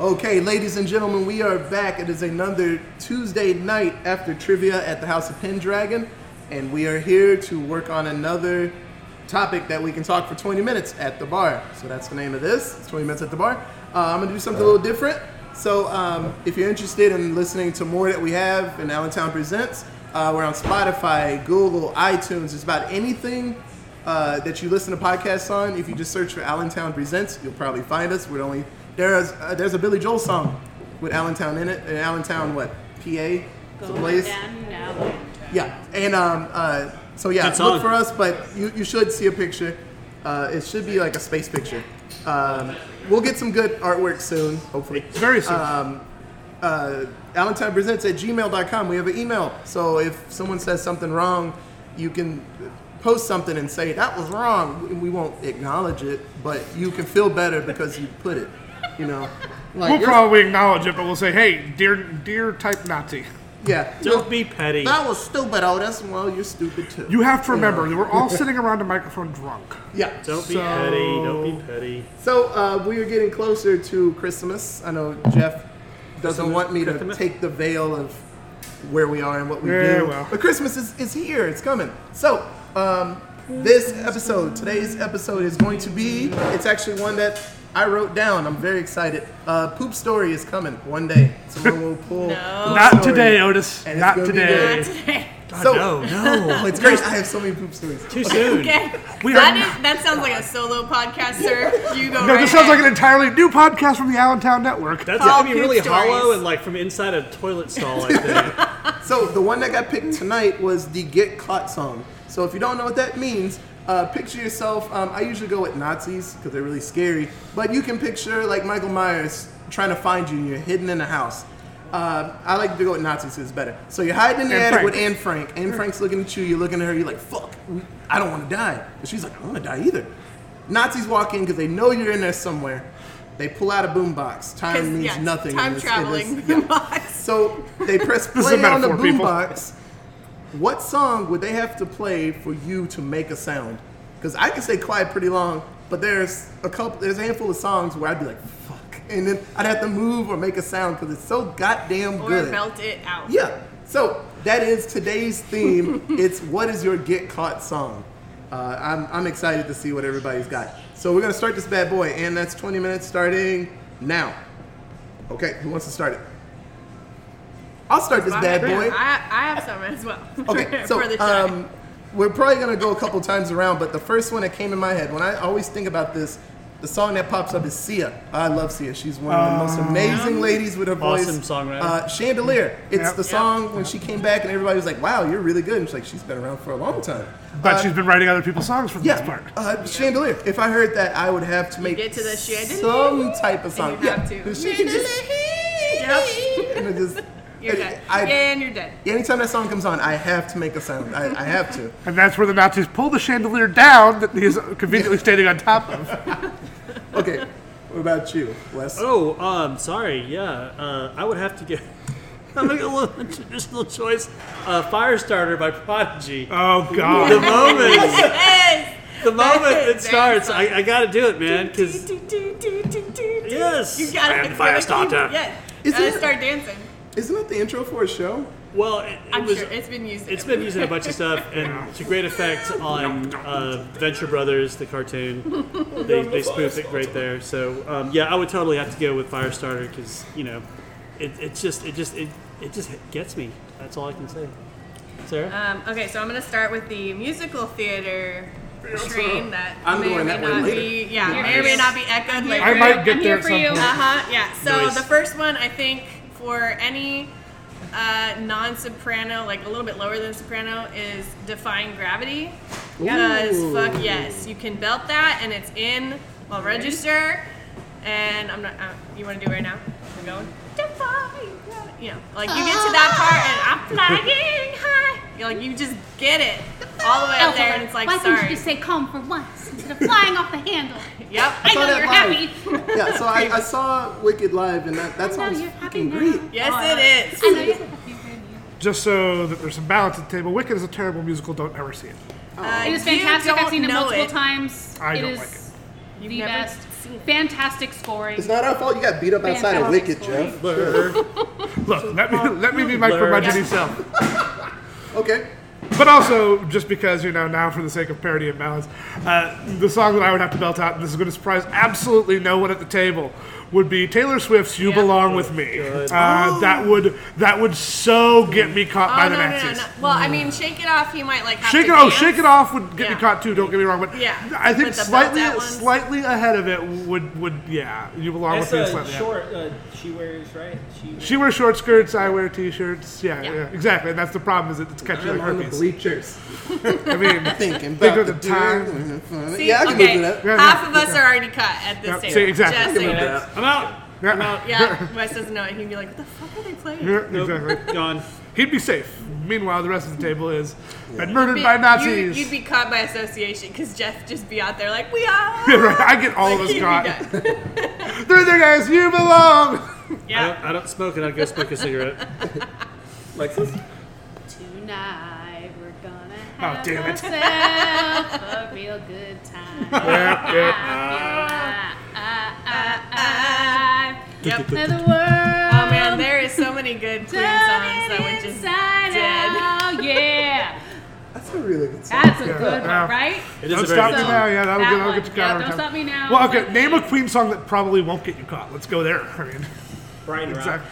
Okay, ladies and gentlemen, we are back. It is another Tuesday night after trivia at the House of Pendragon, and we are here to work on another topic that we can talk for 20 minutes at the bar. So that's the name of this. It's 20 minutes at the bar. Uh, I'm gonna do something a little different. So um, if you're interested in listening to more that we have in Allentown Presents, uh, we're on Spotify, Google, iTunes. It's about anything uh, that you listen to podcasts on. If you just search for Allentown Presents, you'll probably find us. We're only there's uh, there's a Billy Joel song with Allentown in it. And Allentown, what PA? It's a Going place. down now. Yeah, and um, uh, so yeah, Good look song. for us. But you, you should see a picture. Uh, it should be like a space picture. Um, we'll get some good artwork soon, hopefully. Very soon. uh, allentownpresents at gmail.com. We have an email. So if someone says something wrong, you can post something and say, that was wrong. We won't acknowledge it, but you can feel better because you put it, you know. Like, we'll you're- probably acknowledge it, but we'll say, "Hey, dear, dear type Nazi." yeah. Don't be petty. That was stupid, Otis. Well, you're stupid too. You have to remember that we're all sitting around a microphone drunk. yeah. Don't be So- petty. Don't be petty. So uh, we are getting closer to Christmas. I know Jeff doesn't want me to Christmas. take the veil of where we are and what we Yeah, do. well. But Christmas is, is here. It's coming. So um, this episode, today's episode is going to be. It's actually one that I wrote down. I'm very excited. Uh, poop story is coming one day. Someone will pull. poop Not story. today, Otis. Oh, And it's Not gonna be today. Not today. So- no, no. Oh, it's great. I have so many poop stories. Too soon. Okay. We that, are- is- that sounds like a solo podcast, sir. You go No, right this sounds like an ahead. entirely new podcast from the Allentown Network. That's All gonna be poop really stories. hollow and like from inside a toilet stall. I think. So the one that got picked tonight was the "Get Caught" song. So if you don't know what that means, uh, picture yourself. Um, I usually go with Nazis because they're really scary, but you can picture like Michael Myers trying to find you and you're hidden in a house. Uh, I like to go with Nazis 'cause it's better. So you're hiding in the Anne attic with Frank. Anne Frank. Anne Frank's looking at you. You're looking at her. You're like, "Fuck, I don't want to die." But she's like, "I don't want to die either." Nazis walk in because they know you're in there somewhere. They pull out a boombox. 'Cause, Time means yes, nothing. in Time this- in traveling. this- yeah. box. So they press This is play a on the metaphor, people. boombox. What song would they have to play for you to make a sound? Because I can stay quiet pretty long, but there's a couple, there's a handful of songs where I'd be like, "Fuck," and then I'd have to move or make a sound because it's so goddamn or good. belt it out. Yeah. So that is today's theme. it's what is your get caught song? Uh, I'm, I'm excited to see what everybody's got. So we're gonna start this bad boy, and that's 20 minutes starting now. Okay, who wants to start it? I'll start this My bad bad. boy. I, I have some as well. Okay, so for the shot. um, we're probably gonna go a couple times around, but the first one that came in my head when I always think about this, the song that pops up is Sia. I love Sia. She's one of the Um, most amazing ladies with her voice. Awesome songwriter. Uh, Chandelier. It's Yep. the song when she came back and everybody was like, "Wow, you're really good." And she's like, "She's been around for a long time." But Uh, she's been writing other people's songs for the yeah, most part. uh, chandelier. If I heard that, I would have to make get to the chandelier. some type of song. you yeah, have to. 'cause she can just, Yep. and it just, You're dead. I, and you're dead. anytime that song comes on, I have to make a sound. I, I have to. And that's where the Nazis pull the chandelier down that he's conveniently standing on top of. Okay, what about you, Wes? oh, um, sorry. Yeah, uh, I would have to get. I'm gonna go with a traditional choice. Uh, Firestarter by Prodigy. Oh, the God. moment, Yes. the moment it That's starts, fun. I, I gotta do it, man. Because Do, do, do, do, do, do. Yes. You gotta I am it's like Firestarter. you- Yes. Is gotta it- start dancing. Isn't that the intro for a show? well, it, it I'm was. sure it's been used. It's been used in a bunch of stuff, and to great effect on uh, Venture Brothers, the cartoon. They, they spoofed it great there. So um, yeah, I would totally have to go with Firestarter because you know, it, it's just it just it, it just gets me. That's all I can say. Sarah, Um, okay, so I'm gonna start with the musical theater train that I'm may or going may that way not later. be yeah may or may not be echoed later. I might get I'm there here at for some you. point. Uh huh. Yeah. So Nice. the first one, I think, for any uh, non-soprano, like a little bit lower than soprano, is "Defying Gravity." Because Ooh. fuck yes, you can belt that, and it's in well register. And I'm not. Uh, you want to do it right now? We're going. Defying gravity. You know, like you get to that part, and I'm flying high. You know, like you just get it all the way up there, and it's like Why couldn't you sorry. just say calm for once instead of flying off the handle? Yep. I saw know that you're live. happy. Yeah, so I, I saw Wicked live, and that, that I know song's you're happy fucking now. great. Yes, it is. I know you're happy. baby. Just so that there's some balance at the table, Wicked is a terrible musical. Don't ever see it. Uh, Oh, It is you fantastic. don't I've seen it know multiple times. I It don't is like the never best. seen it. Fantastic scoring. It's not our fault you got beat up outside of Fantastic Wicked, Jeff. Uh, Blur. Look, let me let me be my Blur. curmudgeon self. Okay. But also, just because you know, now for the sake of parody and balance, uh, the song that I would have to belt out, and this is going to surprise absolutely no one at the table, would be Taylor Swift's "You Yeah. Belong with Me." Uh, that would that would so get me caught Oh by no, the no, no, Nazis. no. Well, I mean, shake it off. You might like have Shake to it off, dance. shake it off would get Yeah. me caught too. Don't get me wrong, but Yeah. I think But the slightly, belt out ones- slightly ahead of it would would yeah. You belong That's with me. a Slightly ahead. short. Uh, she wears right. She. She wears short skirts. I wear t-shirts. Yeah, Yeah. yeah, exactly. And that's the problem is it's catching like On the herpes. bleachers. I mean, Thinking Think about of the the time. time. See, yeah, I can okay. do that. Yeah, Half yeah. of us are already cut at this Yeah, table. see, exactly. Just so you know. I'm out. I'm out. Yeah, Wes doesn't know it. He'd be like, what the fuck are they playing? Yeah, Nope. exactly. Gone. He'd be safe. Meanwhile, the rest of the table is been You'd murdered be- by you- Nazis. You'd be caught by association because Jeff just be out there like, we are. right, I get all of us You'd be caught. good. Through there, guys. You belong. I Yeah. don't, I don't smoke and I'd go smoke a cigarette. Lexus. Tonight we're gonna Oh, have damn it. ourselves a real good time. Yeah, yeah. Ah, ah, ah, ah. Yep. Let the world. Oh Oh man, there is so many good Queen songs that would just inside dead. out. Yeah, That's a really good song. that's a good Yeah. one, right? It is Don't a very stop good me song. now. Yeah, that'll That get, I'll one. get you Yeah, caught every don't time. stop me now. Well, okay. Name a Queen song that probably won't get you caught. Let's go there. I mean, Brian Rock. exactly.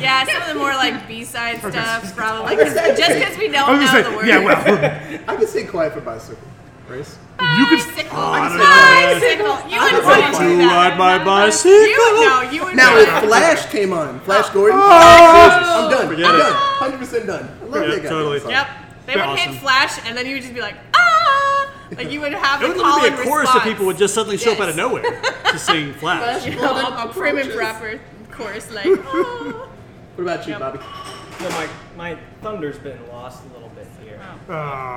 Yeah, some of the more like B-side stuff probably. 'cause- just because we I don't was know gonna the say, words. yeah. Well, I can sing Quiet for Bicycle. Race. you could. s- Bicycle. You wouldn't want to do that. my You would know. You would Now, know. if Flash came on, Flash Gordon, I'm done. Forget I'm it. done. 100% done. I love Yeah, that guy. totally. Sorry. Yep. They would Awesome. hit flash, and then you would just be like, ah! Like you would have It the would call literally and be a chorus response. of people would just suddenly show up out Yes. of nowhere to sing Flash. You know, a, a prim and proper chorus, like, ah. What about you, Bobby? So my my thunder's been lost a little bit here. Aw.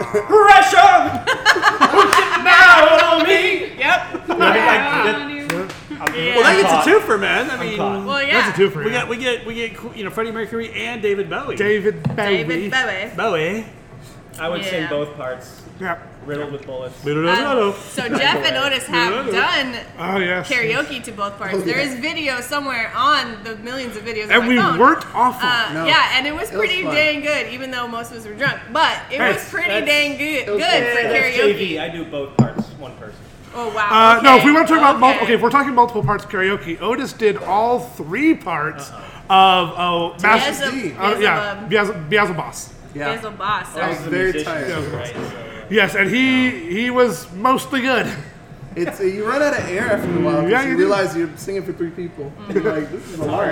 Pressure. now on me. Yep. I mean, like, On you. Yeah. well, that Caught. gets a twofer, man. I I'm mean, caught. Well, yeah. That's a twofer. we yeah. got we get we get you know Freddie Mercury and David Bowie. David Bowie. David Bowie. Bowie. I would Yeah. sing both parts, Yeah. riddled with bullets. We don't know. don't Um, know. so Jeff and Otis have done Oh yes. Um, karaoke to both parts. Oh, There yeah. is video somewhere on the millions of videos. on And my we phone. weren't awful. Uh, No. Yeah, and it was It was pretty fun. dang good, even though most of us were drunk. But it Hey, was pretty that's- dang good, good was good. for That's karaoke. JV. I do both parts, one person. Oh wow. Uh, No, if we Okay. want to talk about mul- Okay. okay, if we're talking multiple parts karaoke, Otis did all three parts Uh-huh. of oh, Master, Beelzebub. uh, um, yeah, Beelze- Beelzebub's. Yeah. Basil Boss. I So. Oh. was As a very musician, tired. Right, so- Yes, and he he was mostly good. It's uh, you run out of air after a while. 'cause Yeah, you, you do. realize you're singing for three people. Mm-hmm. You're like this is a lot.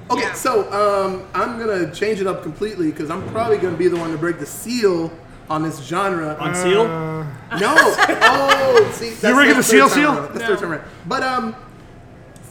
okay, Yeah. so um, I'm gonna change it up completely because I'm probably gonna be the one to break the seal on this genre. Uh, On Seal. no, oh, see, that's You're breaking that's the seal third time seal? around. That's third time around. But um,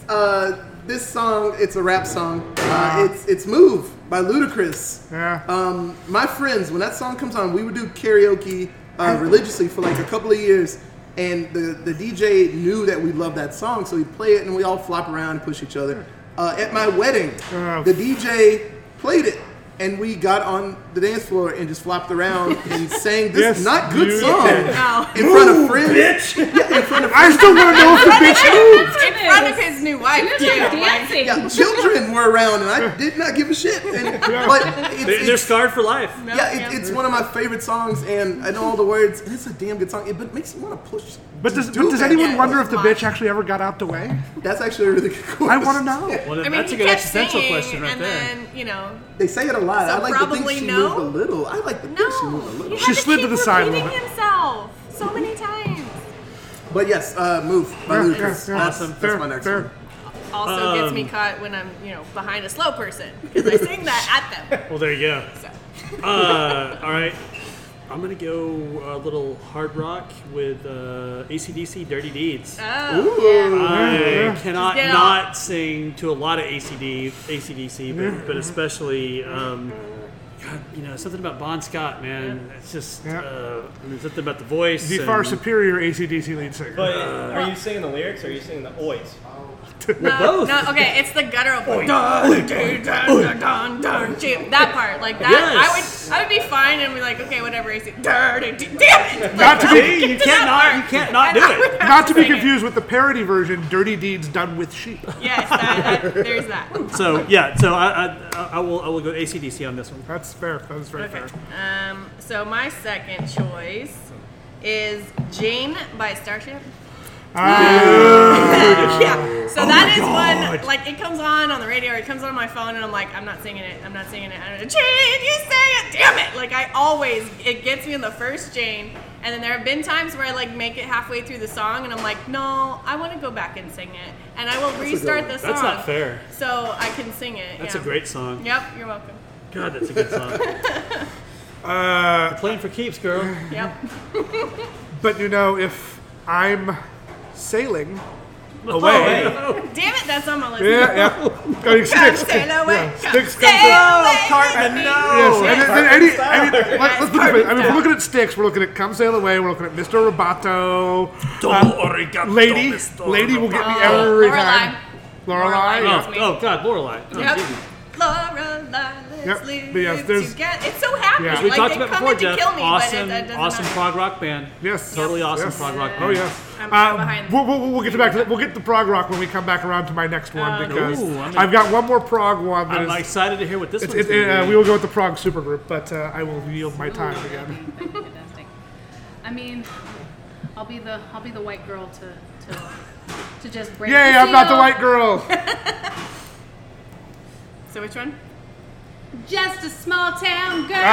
uh, this song it's a rap song. Ah. Uh, it's it's "Move" by Ludacris. Yeah. Um, my friends, when that song comes on, we would do karaoke uh, religiously for like a couple of years, and the, the DJ knew that we loved that song, so he'd play it, and we all flop around and push each other. Uh, at my wedding, Oh. the DJ played it, and we got on the dance floor and just flopped around and sang this Yes, not good you song did. No. in front of friends. Yeah, in front of I still want to know if the bitch moved. In front of his new wife too. You're Like, dancing. yeah, children were around, and I did not give a shit. And, but it's, They, it's- they're scarred for life. yeah, it, it's one of my favorite songs, and I know all the words. and It's a damn good song, it, but it makes you want to push. But to does, do but does it. anyone Yeah, wonder if the it's fine. bitch actually ever got out the way? That's actually a really good question. I want to know. Well, I mean, that's a he good kept existential singing, question right and there. then you know, They say it a lot. So I like to think probably she no. moved a little. I like to think she no. moved a He little. had She to slid to keep the side a little repeating himself so many times. But yes, uh, move by Yeah, Lucas. yeah, yeah. That's, Awesome. that's Fair, my next fair. one. Also gets Um, me caught when I'm you know behind a slow person because I sing that at them. Well, there you go. So. Uh, all right. I'm gonna go a little hard rock with uh, ACDC "Dirty Deeds." Oh, I cannot Just get not sing to a lot of ACD, ACDC, but, but especially, um, God, you know, something about Bon Scott, man. It's just, Yeah. uh, I mean, something about the voice. The and- far superior ACDC lead singer. But are you singing the lyrics or are you singing the oys? No, Both. no, okay, it's the guttural part. Dun, dun, dun, dun, dun, dun. That part, like that, Yes. I would, I would be fine and be like, okay, whatever. I see. Dun, dun, dun, Damn it! Not to be See, you can't not, you can't not do it. not to be confused with the parody version, "Dirty Deeds Done with Sheep." Yes, that, that, there's that. So yeah, so I, I, I- I will, I will go ACDC on this one. That's fair. That is very Okay. fair. Um, so my second choice is Jane by Starship. Ah. yeah. Oh So that is one like it comes on on the radio or it comes on my phone and I'm like I'm not singing it. I'm not singing it. I don't know. Jane, you sang it. Damn it. Like I always it gets me in the first Jane and then there have been times where I like make it halfway through the song and I'm like no, I want to go back and sing it and I will restart the song. That's not fair. So I can sing it. That's yeah. a great song. Yep, you're welcome. God, that's a good song. Uh, Playing for keeps, girl. Yep. but you know, if I'm sailing Away. away, Damn it, that's on my list. yeah, yeah, Come going sticks. sail away. yeah, Come sticks Oh, sail comes up. away. Cartman, Yes, no. and then, then any, any, let, us look at it. I mean, if Perfect. we're looking at sticks. We're looking at "Come Sail Away." We're looking at "Mr. Roboto." uh, oh, lady, lady will get me every Lorelai. time. Oh. Lorelai. Lorelai. yeah. Oh, oh God, Lorelai. Oh, Yep. Jesus. Laura, let's Yep, live but yes, there's- together. It's so happy. Yeah. As we like, talked they about come before, in to Jeff, kill me, awesome, but it, that doesn't awesome matter. prog rock band. Yes. Totally awesome Yes. prog rock band. Oh yes. I'm so Uh, behind. we'll, we'll, we'll get to back to that. We'll get to prog rock when we come back around to my next one Oh. because Ooh, I'm- I've got one more prog one that I'm is. excited to hear what this it's, one's it, gonna uh, be. we will go with the prog supergroup, but uh, I will yield my time again. That'd be fantastic. I mean, I'll be the I'll be the white girl to to, to just break. Yay! the I'm not the seal. white girl. So which one? Just a small town girl. Okay.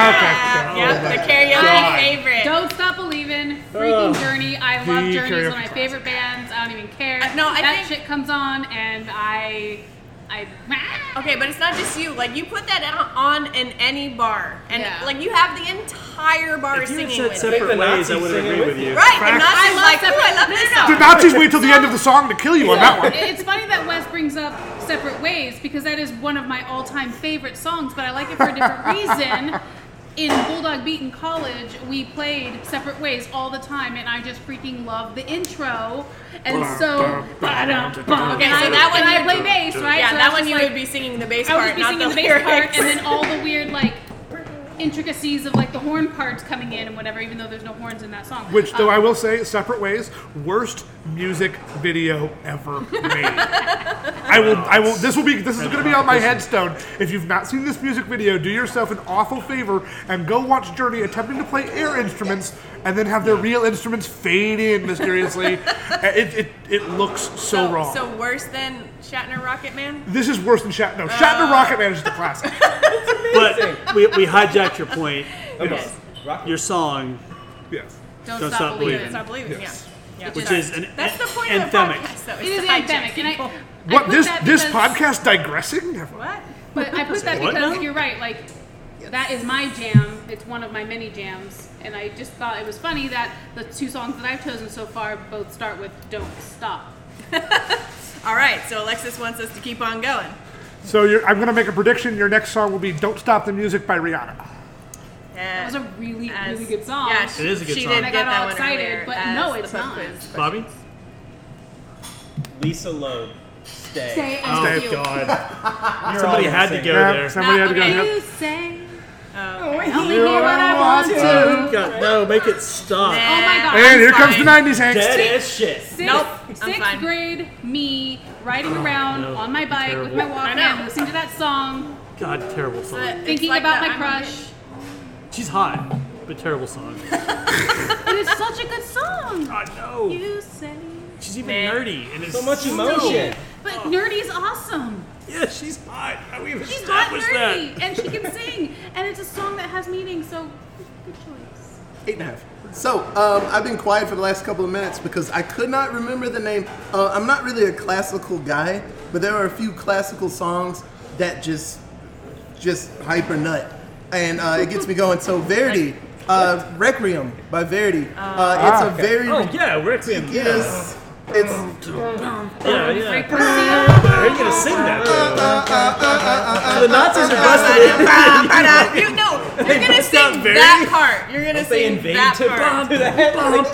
yep, the karaoke favorite. Don't stop believing. Freaking Journey. I love The Journey. It's one of karaoke my classic. favorite bands. I don't even care. Uh, no, I that think- shit comes on and I I Okay, but it's not just you. Like you put that out on in any bar, and Yeah. like you have the entire bar If you singing had with said it. Think the separate ways, I Nazis would have singing agreed with with you. right, Fact. and I Nazis love like, separate- ooh, I love no, this no, no. Did song. Nazis wait till the end of the song to kill you on that one? It's funny that Wes brings up separate ways because that is one of my all-time favorite songs, but I like it for a different reason. In Bulldog Beat in college, we played Separate Ways all the time, and I just freaking love the intro. And so, Okay, okay, so that one and I you- play bass, right? Yeah, So that that's one just you like- would be singing the bass I would part, be not singing the, the bass part, lyrics. and then all the weird like intricacies of like the horn parts coming in and whatever, even though there's no horns in that song. Which, though Um, I will say, separate ways, worst music video ever made. I will, I will. This will be, this is going to be on my headstone. If you've not seen this music video, do yourself an awful favor and go watch Journey attempting to play air instruments and then have their real instruments fade in mysteriously. it, it, it looks so, wrong. So worse than Shatner Rocket Man. this is worse than Shatner. No, Shatner Uh, Rocket Man is just a classic. But we, we hijacked your point. Okay. Rock Your song, yes. don't, Don't stop, Stop believing. Believin'. It's not believing. Yes. Yeah. yeah. which is an That's the point anthemic. of the podcast, though. It is to hijack anthemic, and I, people. I What put this that this because- podcast digressing? Never. What? But I put that What because now? you're right. Like that is my jam. It's one of my many jams, and I just thought it was funny that the two songs that I've chosen so far both start with "Don't Stop." All right, so Alexis wants us to keep on going. So you're, I'm going to make a prediction. Your next song will be "Don't Stop the Music" by Rihanna. That was a really As- really good song. Yeah, she, It is a good she song. did I get got all that one excited, earlier but as no, the it's pub not. quiz. Bobby? Lisa Loeb. Stay. Say I Oh, do. God. You're Somebody all had to insane. go Yeah, there. somebody had to go. Not Yep. You say Oh, okay. only hear what I want to. Oh God, no, make it stop. my God! And here comes the fine. 90s angst. Dead as shit. Sixth, Nope, I'm sixth fine. grade me riding around Oh, no, on my bike with my terrible. I know. Walkman, listening to that song, God, terrible song. It's thinking like about the my I'm crush. She's hot, but terrible song. It is such a good song. God, no. You say, She's even Man. nerdy. And it's So much emotion. but nerdy's awesome. Yeah, she's hot. How do we even She's hot establish Oh. that? nerdy, and she can sing, and it's a song that has meaning. So good choice. Eight and a half. So, um, I've been quiet for the last couple of minutes because I could not remember the name. Uh, I'm not really a classical guy, but there are a few classical songs that just, just hyper nut, and uh, it gets me going. So Verdi, uh, Requiem by Verdi. Uh, it's a very Oh, yeah, Requiem. Yeah, yes, it's yeah. yeah. Frank Garcia. How are you going to sing that? though? the Nazis are Ba-da, busted in. ba-da, ba-da. you know, You're gonna bust out sing very- that part. You're gonna They sing invade that to part. to that.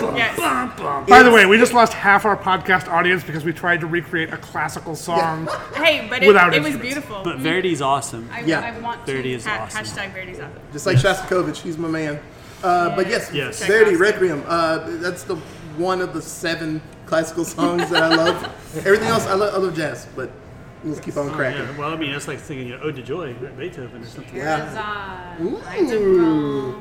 Yes. By the way, we just lost half our podcast audience because we tried to recreate a classical song. Hey, but Without it, it was instruments. beautiful. But Verdi's awesome. I, Yeah. I want to. Verdi is Ha- awesome. Hashtag Verdi's up. Just like Shostakovich, he's my man. Uh, but yes, Yes. Verdi Requiem. Uh, that's the one of the seven classical songs that I love. Everything else, I love, I love jazz, but let's keep on cracking. Yeah, well, I mean, that's like singing you know, Ode to Joy, right? Beethoven or something. Yeah. uh, Ooh.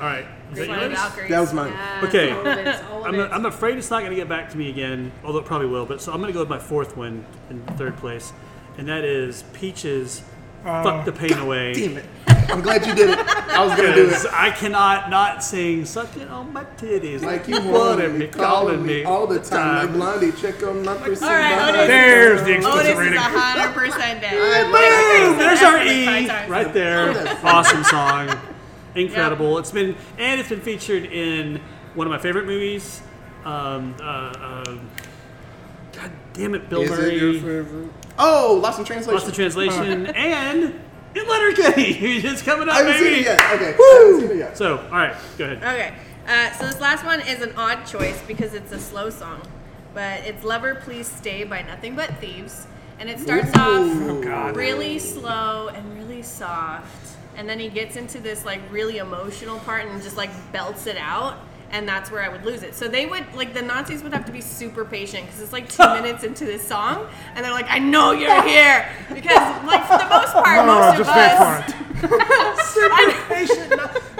All right. Is that One of yours? Valkyrie's. That was mine. Okay. All of I'm, it. I'm afraid it's not going to get back to me again, although it probably will. But so I'm going to go with my fourth one in third place, and that is Peaches. Oh. Fuck the pain away. Damn it. I'm glad you did it. I was going to do Because it. I cannot not sing "Sucking on My Titties." Like you Blood wanted in me, calling me all the time. Like Blondie, check on my percent. All right, Otis. There's the Otis explicit is rating. a hundred percent I dead. Boom! There's our E Five times. right there. Awesome song, incredible. It's been and it's been featured in one of my favorite movies. Um, uh, uh, God damn it, Bill Is Murray. it your favorite? Oh, Lost in Translation. Lost the translation and in Letterkenny, who's just coming up, I haven't baby. seen it yet. Okay. I haven't seen it yet. So, all right, go ahead. Okay. Uh, so this last one is an odd choice because it's a slow song, but it's "Lover Please Stay" by Nothing But Thieves, and it starts Ooh. Oh, off really slow and really soft, and then he gets into this like really emotional part and just like belts it out. And that's where I would lose it. So they would like the Nazis would have to be super patient because it's like two minutes into this song, and they're like, "I know you're here," because like for the most part, No, no, most of no, Oh, just us. that part.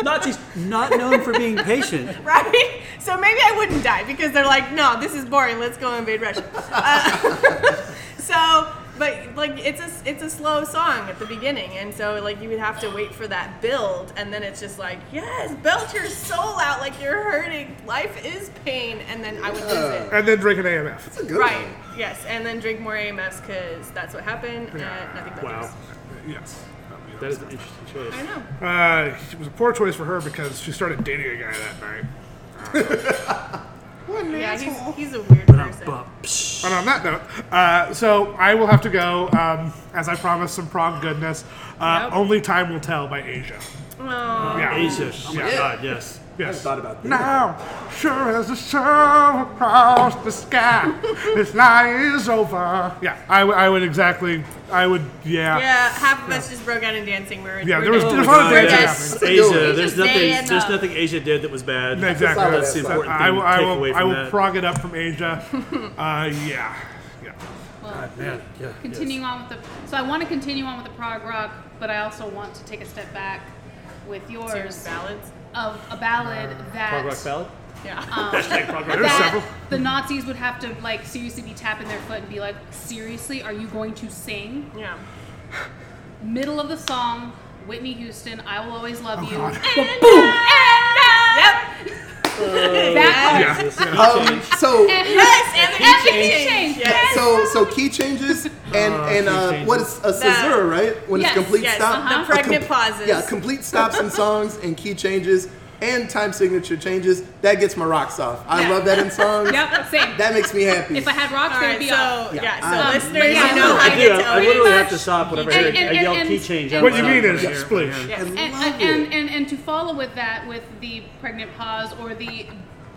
Nazis not known for being patient. right? So maybe I wouldn't die because they're like, no, this is boring. Let's go invade Russia. Uh, so, but like it's a it's a slow song at the beginning, and so like you would have to wait for that build, and then it's just like, yes, belt your soul out like you're hurting. Life is pain, and then I would lose it. And then drink an AMF. Good Right. Yes, and then drink more AMFs because that's what happened. Uh, nothing but Wow, this. Yes. that is an interesting choice. I know. Uh, it was a poor choice for her because she started dating a guy that night. Yeah, he's, he's a weird person. But, psh, And on that note, uh, so I will have to go, um, as I promised, some prog goodness. Uh, Yep. Only Time Will Tell by Asia. Aw. Yeah. Asia. Oh my Yeah. God, yes. I Yes. thought about that. Now, sure as the sun across the sky, this night is over. Yeah, I, w- I would exactly, I would, yeah. Yeah, half of us just broke out in dancing. We We're Yeah, we're there was- done. there was a lot of We're dancing done. happening. Asia. He's There's just staying nothing. There's uh, up. nothing Asia did that was bad. Exactly. Sorry, That's the that's important I thing will, to I take will, away I from will that. prog it up from Asia. uh, yeah. yeah. Man, yeah, continuing on with the so I want to continue on with the prog rock, but I also want to take a step back with yours There's ballads. of a ballad that Uh, Prog rock ballad. Yeah. Um, that the Nazis would have to like seriously be tapping their foot and be like, seriously, are you going to sing? Yeah. Middle of the song, Whitney Houston, I will always love you. God. Yep. That Yeah. Um, so, Yes, and the key Everything change. changed. Yes. so, so key changes and and uh, what is a caesura, right? When Yes, it's complete yes, stop, uh-huh. The a pregnant pauses. Yeah, complete stops and songs and key changes and time signature changes. That gets my rocks off. I Yeah. love that in songs. Yep, same. That makes me happy. if I had rocks, All they right, would be so off. yeah, Um, so listeners, but yeah, you know I how I to do. get to I Otis. literally much- have to stop whenever I and- hear and- I yell and- key change. and- out What you loud mean is right here. splish. Yes. And, and, and, and, and to follow with that with the pregnant pause or the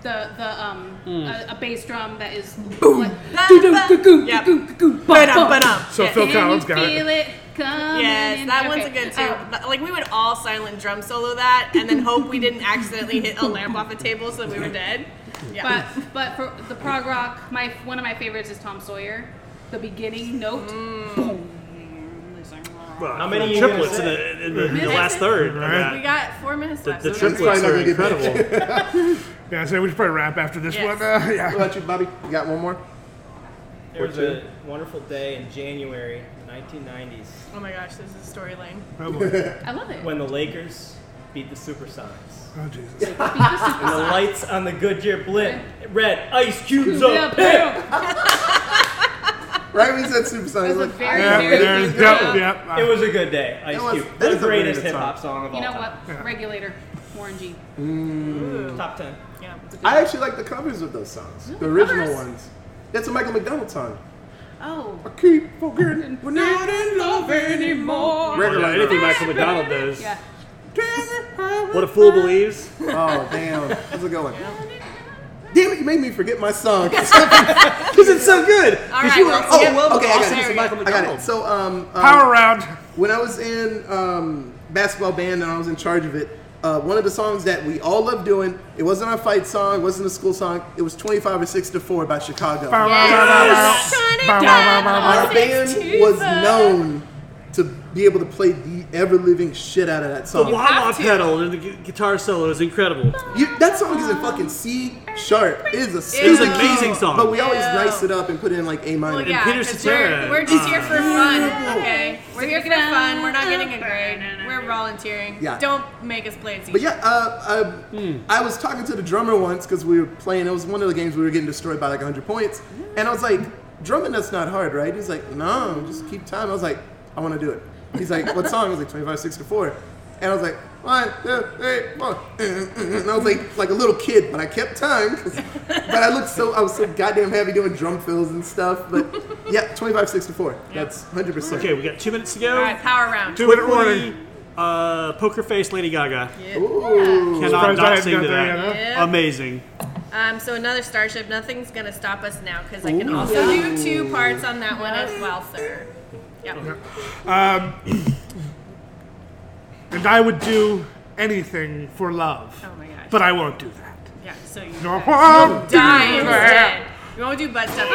the the um Hmm. a, a bass drum that is like, Yep. Ba-dum, Ba-dum, ba-dum. So Yes. Phil Can you Collins got it. feel it coming? um, Yes, in? that Okay. one's a good too. Uh, But, like we would all silent drum solo that, and then hope we didn't accidentally hit a lamp off a table so that we were dead. but Yeah. but for the prog rock, my one of my favorites is Tom Sawyer. The beginning note. Boom. How many you gonna triplets in the, in the, in the last third? of Right. we that. got four minutes The, left. the so triplets not are gonna get back. incredible. Yeah, so we should probably wrap after this Yes. one. Uh, yeah. What about you, Bobby? You got one more? There was a wonderful day in January 1990s Oh my gosh, this is a storyline. Oh, boy. I love it. when the Lakers beat the Supersonics. oh Jesus. Beat the super- And the lights on the Goodyear blimp read ice Ah. cubes Yeah, up. boom. Right when you said Super Sonic, That's a like, "Ah." very, Yeah, very there's, good yep, job. yep. It was a good day. Ice That was- Cube, that the is a really greatest good hip hop song. song of You know all what? time. Regulator. Warren G. Top ten. Yeah. I actually like the covers of those songs, the original covers? ones. That's a Michael McDonald song. Oh. I keep forgetting we're not in love anymore. Well, Regular anything Michael McDonald does. Yeah. Tell me What a fool believes. Oh damn, that's a good one. Damn it, you made me forget my song because it's so good. 'Cause right, you were- well, oh, yeah, well, okay, I awesome. got it. There we I got it. So um, um, Uh, Power round. when I was in um, basketball band and I was in charge of it, uh, one of the songs that we all loved doing, it wasn't our fight song, it wasn't a school song, it was 25 or 6 to 4 by Chicago. Power Yes. round. Bow, bow, bow, bow, Our band was known to be able to play the ever living shit out of that The song. wah wah pedal and the gu- guitar solo is incredible. You, that song is in fucking C sharp. It is a It's stupid an amazing key, song. But we always Yeah. nice it up and put it in like A minor. Well, Oh, yeah, Peter 'cause Cetera, We're, we're just uh, here for fun, okay? We're here for fun. fun. We're not getting a grade. We're volunteering. Yeah. Don't make us play it. But yeah, uh, uh, I was talking to the drummer once because we were playing. It was one of the games we were getting destroyed by like 100 points, and I was like, "Drumming, that's not hard, right?" He's like, "No, just keep time." I was like, "I want to do it." He's like, "What song?" I was like, "25, 64," and I was like, "One, two, three, four," and I was like, like a little kid, but I kept time. 'cause- but I looked so I was so goddamn heavy doing drum fills and stuff. But yeah, 25, 64. That's 100. percent Okay, we got two minutes to go. All right, power round. Two-minute Quickly, warning. Uh, poker face, Lady Gaga. Ooh. Cannot Surprised I not haven't sing to got there that. yet, huh? Amazing. Um, so another starship. Nothing's gonna stop us now because I can also do two parts on that one as well, sir. Yep. And I would do anything for love. Oh my gosh. But I won't do that. Yeah. So you No, oh, I won't do die that. instead. You won't do butt stuff.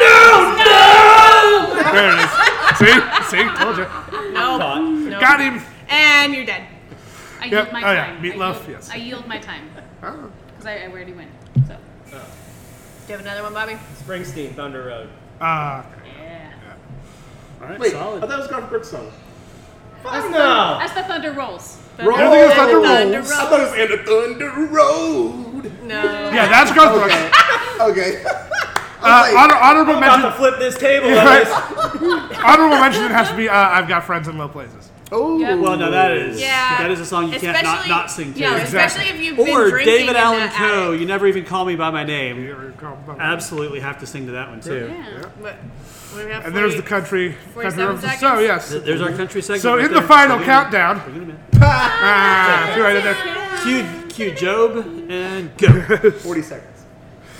There it is. See? See? Told you. No. No. Got him. And you're dead. I Yep. yield my Oh, yeah. time. Meatloaf, I yield, yes. Oh. I yield my time. Because I, I already win. So, Do you have another one, Bobby? Springsteen, Thunder Road. Uh, yeah. All right, Wait, solid. I thought it was Garth Brooks song. That's, no. the, that's the Thunder Rolls. Roll I think it's on Thunder the Thunder Rolls. Road. I thought it was and the Thunder Road. No. yeah, that's Garth Brooks. Okay. Uh, I was like, honor, honorable I'm about mention. to flip this table. Right. Elvis. honorable mention has to be uh, I've got friends in low places. oh, Yeah. Well, now that is Yeah. that is a song you can't not, Especially- not sing to. Yeah, Exactly. especially if you've been Or drinking in David Allen that Coe, attic. you never even call me by my name. Absolutely. Absolutely have to sing to that one too. Yeah. But we have And there's 40 the country. country 47 references. seconds. So Oh, yes. Th- There's our country segment. So right in the there. final Bring it in. countdown. Bring it in. Ah, see right in there. Cue, cue Job and go. 40 seconds.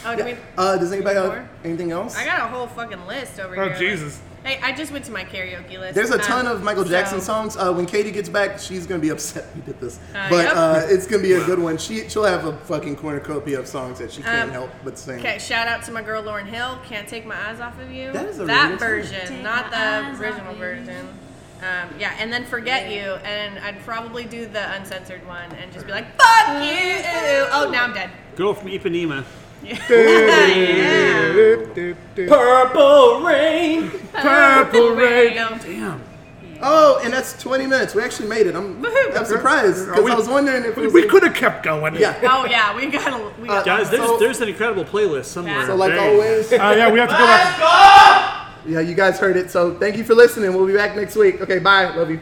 Oh, do we? Uh, does anybody have More? anything else? I got a whole fucking list over Oh here. Jesus. Hey, I just went to my karaoke list. There's a Um, ton of Michael Jackson so- songs. Uh, when Katie gets back, she's gonna be upset we did this, Uh, but yep. uh, it's gonna be a good one. She she'll have a fucking cornucopia of songs that she can't Um, help but sing. Okay, shout out to my girl Lauren Hill. Can't take my eyes off of you. That is a remix. version, Take not my the eyes off original you. version. Um, yeah, and then forget you, and I'd probably do the uncensored one and just be like, "Fuck you!" Oh, now I'm dead. Girl from Ipanema. yeah. Purple Rain. Purple rain. No. Oh, and that's 20 minutes. We actually made it. I'm Woohoo. I'm surprised Are because we- I was wondering if it was We could have kept going. Yeah. Oh yeah, we got a Uh, we got. Guys, there's So- there's an incredible playlist somewhere. So like There. always, Uh, yeah, we have to go back. yeah, you guys heard it. So thank you for listening. We'll be back next week. Okay, bye. Love you.